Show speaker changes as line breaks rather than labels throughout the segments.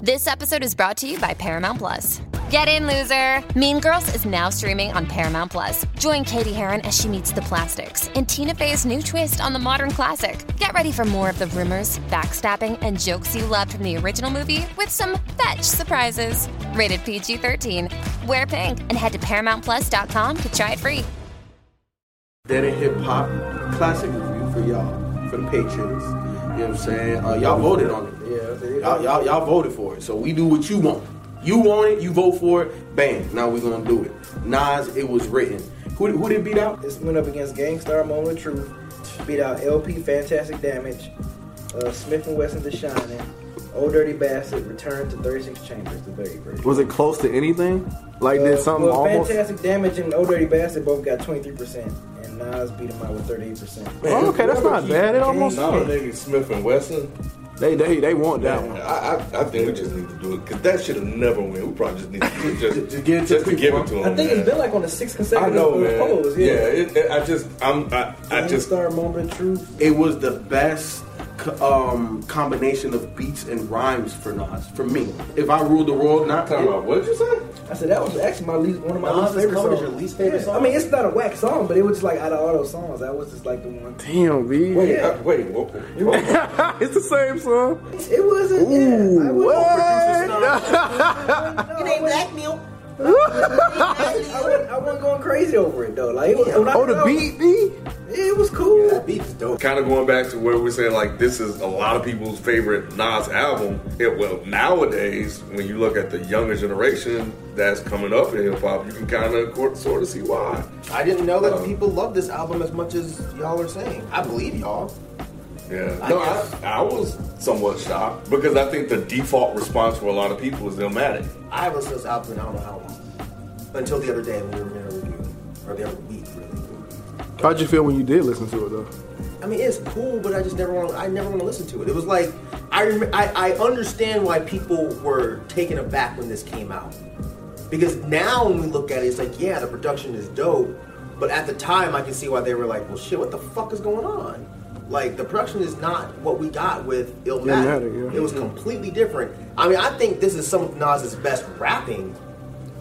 This episode is brought to you by Paramount Plus. Get in, loser! Mean Girls is now streaming on Paramount Plus. Join Katie Heron as she meets the plastics and Tina Fey's new twist on the modern classic. Get ready for more of the rumors, backstabbing, and jokes you loved from the original movie with some fetch surprises. Rated PG 13. Wear pink and head to ParamountPlus.com to try it free.
Dead and Hip Hop Classic Review for y'all, for the patrons. You know what I'm saying? Uh, y'all voted on it. Y'all, y'all, y'all voted for it. So we do what you want. You want it, you vote for it, bam. Now we're gonna do it. Nas, it was written. Who, who did it beat out?
This went up against Gangstar Moment of Truth. Beat out LP Fantastic Damage, uh, Smith and Wesson The Shining, Old Dirty Bastard returned to 36 Chambers, the very version.
Was it close to anything? Like
Uh,
did something
well,
almost?
Fantastic Damage and Old Dirty Bastard both got 23%, and Nas beat him out with 38%.
Oh, okay, that's not bad. It almost.
No, nigga, Smith and Wesson.
They they they want that
I,
one.
I, I think we just need to do it because that should have never win. We probably just need to do it just,
Just give it to
just
people,
to give
huh?
it to him.
I think
man.
it's been like on the sixth
I
consecutive
know, man.
polls.
yeah,
Yeah.
it, it- I just, I'm, I, I just,
Gangstar Moment of Truth.
It was the best co- um, combination of beats and rhymes for Nas, for me. If I ruled the world, not
talking about what you say?
I said that was actually my least, one of my
Nas
least
is
favorite
covered
songs.
as your least favorite
Yeah.
song?
I mean, it's not a whack song, but it was like out of all those songs, that was just like the one.
Damn, B.
Wait, I, Uh, wait, what? what-
E it's the same song.
It wasn't. yeah, I
Ooh,
was-
what?
It ain't black milk. I wasn't, I wasn't going crazy over it though. Like, it was, when I
Oh,
heard it,
the
I was-
beat, B.
Yeah, it was cool.
kind of going back to where we say like this is a lot of people's favorite Nas album. It well nowadays when you look at the younger generation that's coming up in hip hop, you can kind of sort of see why. Um,
I didn't know that people love this album as much as y'all are saying. I believe y'all.
Yeah.
I
No,
guess.
I, I was somewhat shocked because I think the default response for a lot of people is Illmatic.
I haven't listened to this album in I don't know how long. Until the other day when we were going to review it. Or the other week, really.
How'd you feel when you did listen to it though?
I mean, it's cool, but I just never want. to. I never want to listen to it. It was like I, rem- I I understand why people were taken aback when this came out, because now when we look at it, it's like yeah, the production is dope, but at the time I can see why they were like, well, shit, what the fuck is going on? Like the production is not what we got with Illmatic.
Illmatic, yeah.
It was
Mm-hmm.
completely different. I mean, I think this is some of Nas's best rapping,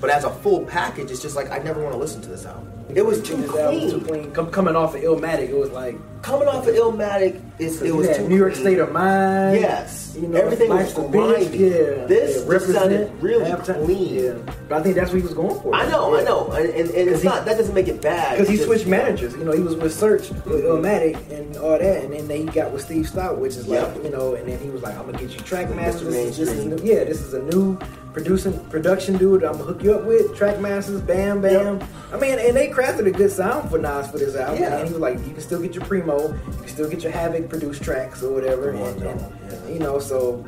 but as a full package, it's just like I never want to listen to this album. It was too
This album was too
clean.
clean. Com- coming off of Illmatic, it was like
Coming off of Illmatic, it's, it
you
was
had
too
New York
clean.
State of Mind.
Yes.
you know,
Everything
Life's
was
a Bitch,
grimy.
Yeah,
This
yeah, Represent,
sounded really
Halftime,
clean.
Yeah. But I think that's what he was going for.
I know, I know, and, and, and it's
he-
not that doesn't make it bad.
Because he
It's just-
switched
Mm-hmm.
managers, you know, he was with Search, with Illmatic, and all that, and then he got with Steve Stout, which is like,
Yeah.
you know, and then he was like, "I'm gonna get you Trackmasters. This
Mr.
is, this is
Mainstream.
new, yeah, this is a new producing production dude. that I'm gonna hook you up with Trackmasters. Bam, bam. I mean, and they crafted a good sound for Nas for this album.
Yeah.
And he was like, you can still get your Primo, you can still get your Havoc produced tracks or whatever, and, and,
yeah.
you know, so.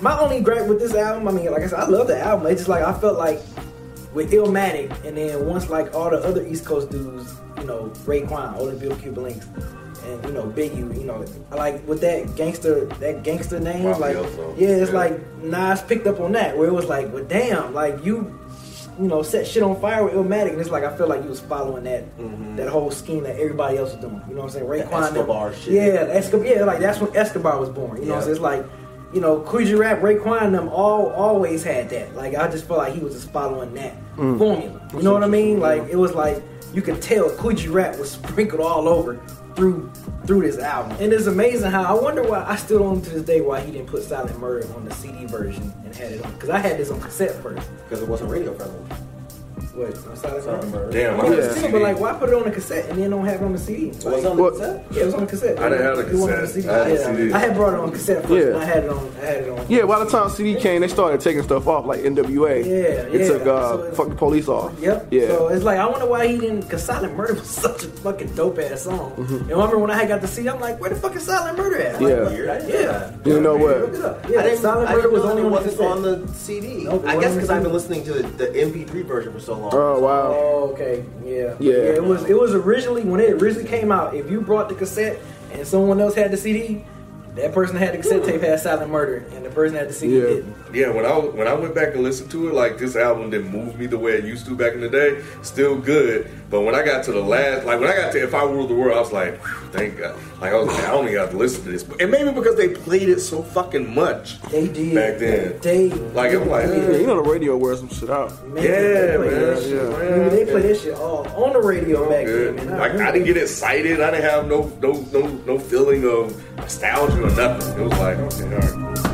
My only gripe with this album, I mean, like I said, I love the album. It's just like I felt like with Illmatic, and then once like all the other East Coast dudes, you know, Raekwon, Only Bill Cuba Links, and you know Biggie, you know, like with that gangster, that gangster name,
Mafia
like
song.
yeah, it's
Yeah.
like Nas picked up on that, where it was like, well, damn, like you, you know, set shit on fire with Illmatic, and it's like I feel like you was following that that whole scheme that everybody else was doing. You know what I'm saying? Raekwon, them-
Mm-hmm. Escobar shit.
yeah, Escobar, yeah, like that's when Escobar was born. You know,
Yeah.
so it's like. You know, Coogee Rap, Raekwon, and them all always had that. Like, I just felt like he was just following that formula. You know what I mean? Like, it was like you could tell Coogee Rap was sprinkled all over through through this album, and it's amazing how I wonder why I still don't to this day why he didn't put Silent Murder on the CD version and had it on because I had this on cassette first.
because it wasn't radio friendly.
What? Outside of
Southern
Murder?
Murder.
Damn, I
Yeah,
had
Yeah.
a CD.
but like, why put it on a cassette and then don't have it on the CD? Like,
What's on the
What?
cassette?
yeah, it was on cassette.
I didn't have a
It wasn't on
cassette. I had a
Yeah.
CD.
I had brought it on cassette first.
Yeah.
And I had it on. I had it on.
Yeah, by the time CD came, they started taking stuff off, like NWA.
Yeah,
It
yeah.
took
So
uh,
it's-
Fuck the Police off.
Yep.
Yeah.
So it's like I wonder why he didn't. Cause Silent Murder was such a fucking dope ass song. And I remember when I had got to see, it, I'm like, where the fuck is Silent Murder at? Like,
Mm-hmm. Yeah.
Weird, I didn't know
Yeah.
that.
you know
Look it
what?
up. Yeah.
I didn't,
Silent
I
Murder
didn't
was
know
only
it
on the
wasn't
cassette.
on the CD.
Nope, it
I guess
wasn't
because
on
I've
the
been listening to the, the MP3 version for so long.
Oh wow.
Oh, okay. Yeah.
Yeah.
It was. It was originally when it originally came out. If you brought the cassette and someone else had the CD, that person that had the cassette tape had Silent Murder, and the person that had the CD
Yeah.
didn't.
Yeah, when I when I went back and listened to it, like this album didn't move me the way it used to back in the day. Still good, but when I got to the last, like when I got to "If I Ruled the World," I was like, "Whew, "Thank God!" Like I was, like, I only got to listen to this, and maybe because they played it so fucking much
They did.
back then.
They
Like I'm like,
Yeah, you know the radio wears some shit out.
Man,
yeah,
they play
man,
that shit.
yeah.
Nigga, they play that shit all on the radio back
good.
then. man.
Like I didn't get excited. I didn't have no no no no feeling of nostalgia or nothing. It was like, okay, all right. cool.